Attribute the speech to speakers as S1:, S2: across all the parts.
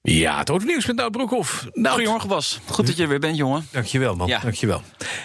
S1: Ja, het hoort nieuws met Nout Broekhoff. Nou,
S2: Goedemorgen Bas. Goed dat je er weer bent, jongen.
S1: Dankjewel, man.
S2: Ja.
S1: Dankjewel.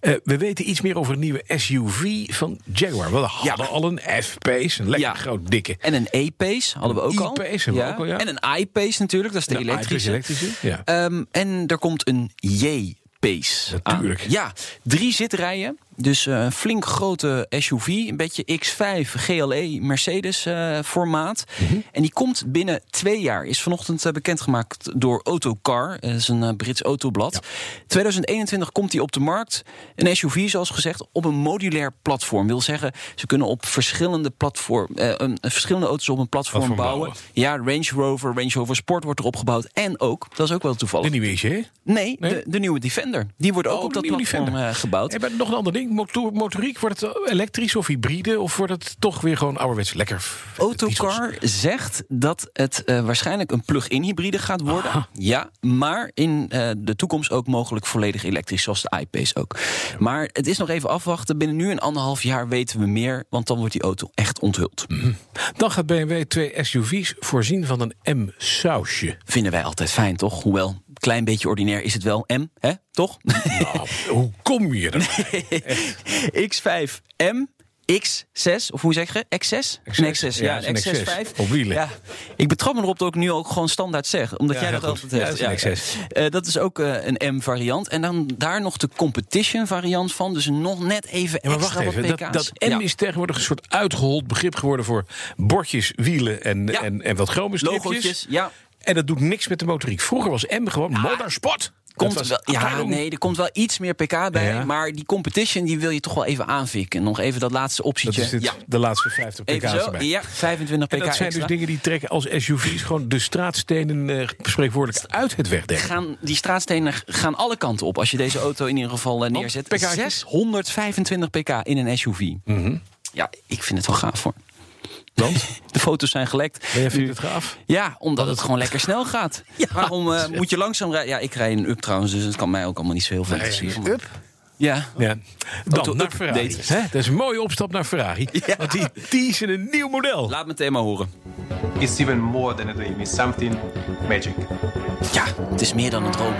S1: Eh, we weten iets meer over een nieuwe SUV van Jaguar. We hadden al een F-Pace, een lekker
S2: Ja.
S1: groot dikke.
S2: En een E-Pace hadden we ook al.
S1: E-Pace hebben we ook al, ja.
S2: En een I-Pace natuurlijk, dat is de
S1: De
S2: elektrische.
S1: I-Pace elektrische, ja.
S2: Ehm, en er komt een J-Pace aan.
S1: Natuurlijk.
S2: Ja, drie zitrijen. Dus eh, een flink grote SUV, een beetje X5 GLE E Mercedes eh, formaat.
S1: Mhm.
S2: En die komt binnen twee jaar. Is vanochtend eh, bekendgemaakt door Autocar. Dat is een eh, Brits autoblad. 2021 komt die op de markt. Een SUV, zoals gezegd, op een modulair platform. Wil zeggen, ze kunnen op verschillende, platform, eh, een- verschillende auto's op een platform,
S1: Platform
S2: bouwen.
S1: bouwen.
S2: Ja, Range Rover, Range Rover Sport wordt erop gebouwd. En ook, dat is ook wel
S1: De
S2: toevallig.
S1: nieuwe is je, hè?
S2: Nee,
S1: Nee?
S2: De, de nieuwe Defender. Die wordt ook
S1: Oh,
S2: op
S1: de
S2: dat
S1: nieuwe
S2: platform
S1: Defender.
S2: eh, gebouwd.
S1: Hey, maar nog een ander ding. Motor, motoriek, wordt het elektrisch of hybride? Of wordt het toch weer gewoon ouderwets lekker? eh, diesels?
S2: Autocar zegt dat het eh, waarschijnlijk een plug-in hybride gaat worden. Ja, maar in eh, de toekomst ook mogelijk volledig elektrisch, zoals de iPace ook. Maar het is nog even afwachten. Binnen nu een anderhalf jaar weten we meer, want dan wordt die auto echt onthuld. Hm.
S1: Dan gaat BMW twee SUV's voorzien van een M-sausje.
S2: Vinden wij altijd fijn, toch? Hoewel, een klein beetje ordinair is het wel. M, hè? Toch?
S1: Nou, hoe kom je er?
S2: X5 M. X6, of hoe zeg je? X6?
S1: X6,
S2: Een X6,
S1: ja,
S2: ja,
S1: het
S2: een
S1: is een
S2: X6
S1: X6,
S2: 5.
S1: op wielen.
S2: Ja. Ik betrap me erop dat ik nu ook gewoon standaard zeg, omdat
S1: Ja,
S2: jij
S1: heel
S2: dat
S1: goed.
S2: altijd
S1: Ja,
S2: hebt.
S1: het is een X6.
S2: Eh, dat is ook eh, een M-variant. En dan daar nog de competition-variant van, dus nog net even
S1: Ja, maar wacht
S2: extra
S1: even.
S2: wat
S1: Dat,
S2: pk's.
S1: dat M
S2: Ja.
S1: is tegenwoordig een soort uitgehold begrip geworden voor bordjes, wielen en,
S2: Ja.
S1: en, en wat chrome
S2: Logootjes, ja.
S1: En dat doet niks met de motoriek. Vroeger was M gewoon motorsport.
S2: Komt
S1: Dat was
S2: wel, ja,
S1: afdeling.
S2: nee, er komt wel iets meer pk bij,
S1: Ja.
S2: maar die competition die wil je toch wel even aanvikken. Nog even dat laatste
S1: Dat
S2: optietje.
S1: is dit,
S2: ja,
S1: de laatste 50 pk's
S2: even zo.
S1: erbij.
S2: Ja, 25 pk
S1: En dat zijn
S2: extra.
S1: dus dingen die trekken als SUV's gewoon de straatstenen eh, spreekwoordelijk uit het wegdek.
S2: gaan, die straatstenen g- gaan alle kanten op als je deze auto in ieder geval eh, neerzet.
S1: pk'tjes?
S2: 625 pk in een SUV. Mhm. Ja, ik vind het wel gaaf hoor.
S1: Want?
S2: De foto's zijn gelekt.
S1: Ben jij vindt het gaaf?
S2: Ja, omdat het gewoon lekker snel gaat. Waarom eh, moet je langzaam rijden? Ja, ik rij een up trouwens, dus het kan mij ook allemaal niet zo heel veel interesseren. maar- Ja.
S1: Ja. Dan
S2: Auto
S1: naar
S2: update.
S1: Ferrari. Hè? Dat is een mooie opstap naar Ferrari. Want die teasen een nieuw model.
S2: Laat me het thema horen.
S3: It's even more than a dream, it's something magic.
S2: Ja, het is meer dan een droom.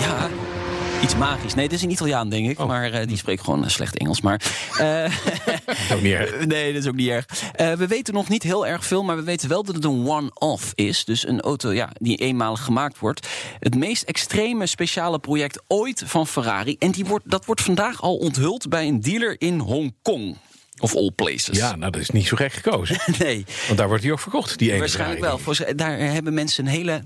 S2: Ja, iets magisch. Nee, het is een Italiaan, denk
S1: Oh.
S2: ik. Maar eh, die spreekt gewoon eh, slecht Engels. Maar eh,
S1: Ook niet erg.
S2: Nee, dat is ook niet erg. Eh, we weten nog niet heel erg veel, maar we weten wel dat het een one-off is. Dus een auto ja, die eenmalig gemaakt wordt. Het meest extreme speciale project ooit van Ferrari. En die wordt, dat wordt vandaag al onthuld bij een dealer in Hongkong. Of all places.
S1: Ja, nou dat is niet zo gek gekozen.
S2: Nee,
S1: Want daar wordt hij ook verkocht, die ene
S2: waarschijnlijk wel.
S1: Ferrari.
S2: Volgens- daar hebben mensen een hele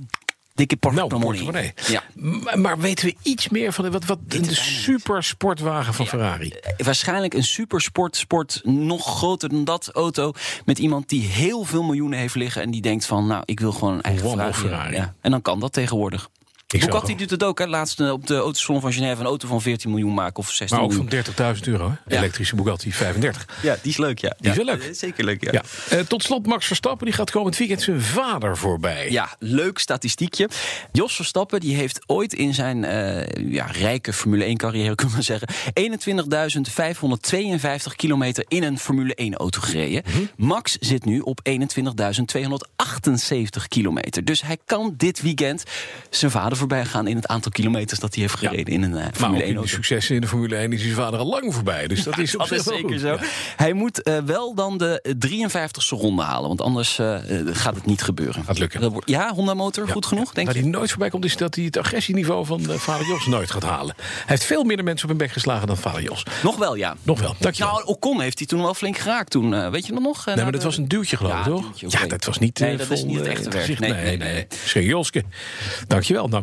S2: dikke
S1: Nou,
S2: portemonnee.
S1: portemonnee.
S2: ja.
S1: Maar, maar weten we iets meer van de, wat, wat de supersportwagen van Ferrari?
S2: Eh, waarschijnlijk een supersport, sport nog groter dan dat auto. Met iemand die heel veel miljoenen heeft liggen en die denkt van, nou, ik wil gewoon een eigen
S1: Gewoon
S2: Ferrari.
S1: een Ferrari.
S2: Ja. En dan kan dat tegenwoordig.
S1: Ik zou
S2: Bugatti
S1: gewoon-
S2: doet het ook, hè? Laatst eh, op de autosalon van Genève een auto van 14 miljoen maken of 16
S1: Maar ook
S2: miljoen.
S1: van 30.000 euro. hè?
S2: mm. Ja.
S1: Elektrische Bugatti 35.
S2: Ja, die is leuk, ja.
S1: Die is
S2: Ja,
S1: wel leuk.
S2: eh, Zeker leuk, ja.
S1: Ja. Eh, tot slot Max Verstappen, die gaat komend weekend zijn vader voorbij. Nou,
S2: Ja, leuk statistiekje. Jos Verstappen die heeft ooit in zijn eh, ja, rijke Formule 1 carrière, kunnen we zeggen, 21.552 kilometer in een Formule 1 auto gereden.
S1: Mhm.
S2: Max zit nu op 21.278 kilometer. Dus hij kan dit weekend zijn vader voorbij gaan in het aantal kilometers dat hij heeft gereden in een eh,
S1: Maar ook
S2: Formule 1
S1: in de
S2: auto.
S1: successen in de Formule 1 is zijn vader al lang voorbij. Dus dat is dus- op
S2: Dat
S1: zich
S2: is
S1: wel
S2: zeker
S1: goed.
S2: zo.
S1: Ja.
S2: Hij moet eh, wel dan de eh, 53ste ronde halen. Want anders eh, eh, gaat het niet gebeuren.
S1: Gaat lukken.
S2: Dat wordt- Ja, Honda motor, goed genoeg, denk
S1: Waar
S2: je?
S1: hij nooit voorbij komt, is dat hij het agressieniveau van eh, vader Jos nooit gaat halen. Hij heeft veel minder mensen op hun bek geslagen dan vader Jos.
S2: Nog wel, ja.
S1: Nog wel, dankjewel.
S2: Nou, Ocon heeft hij toen wel flink geraakt. Toen, eh, weet je dat nog?
S1: nee, maar dat was een duwtje geloof ik,
S2: Ja,
S1: toch?
S2: duwtje, oké.
S1: Ja, dat was niet,
S2: Nee,
S1: eh,
S2: dat is
S1: vol,
S2: niet het
S1: eh,
S2: echte
S1: in
S2: werk.
S1: gezicht.
S2: Nee,
S1: Nee, nee,
S2: nee,
S1: nee.
S2: nee.
S1: Zeg, Joske. Dankjewel, naar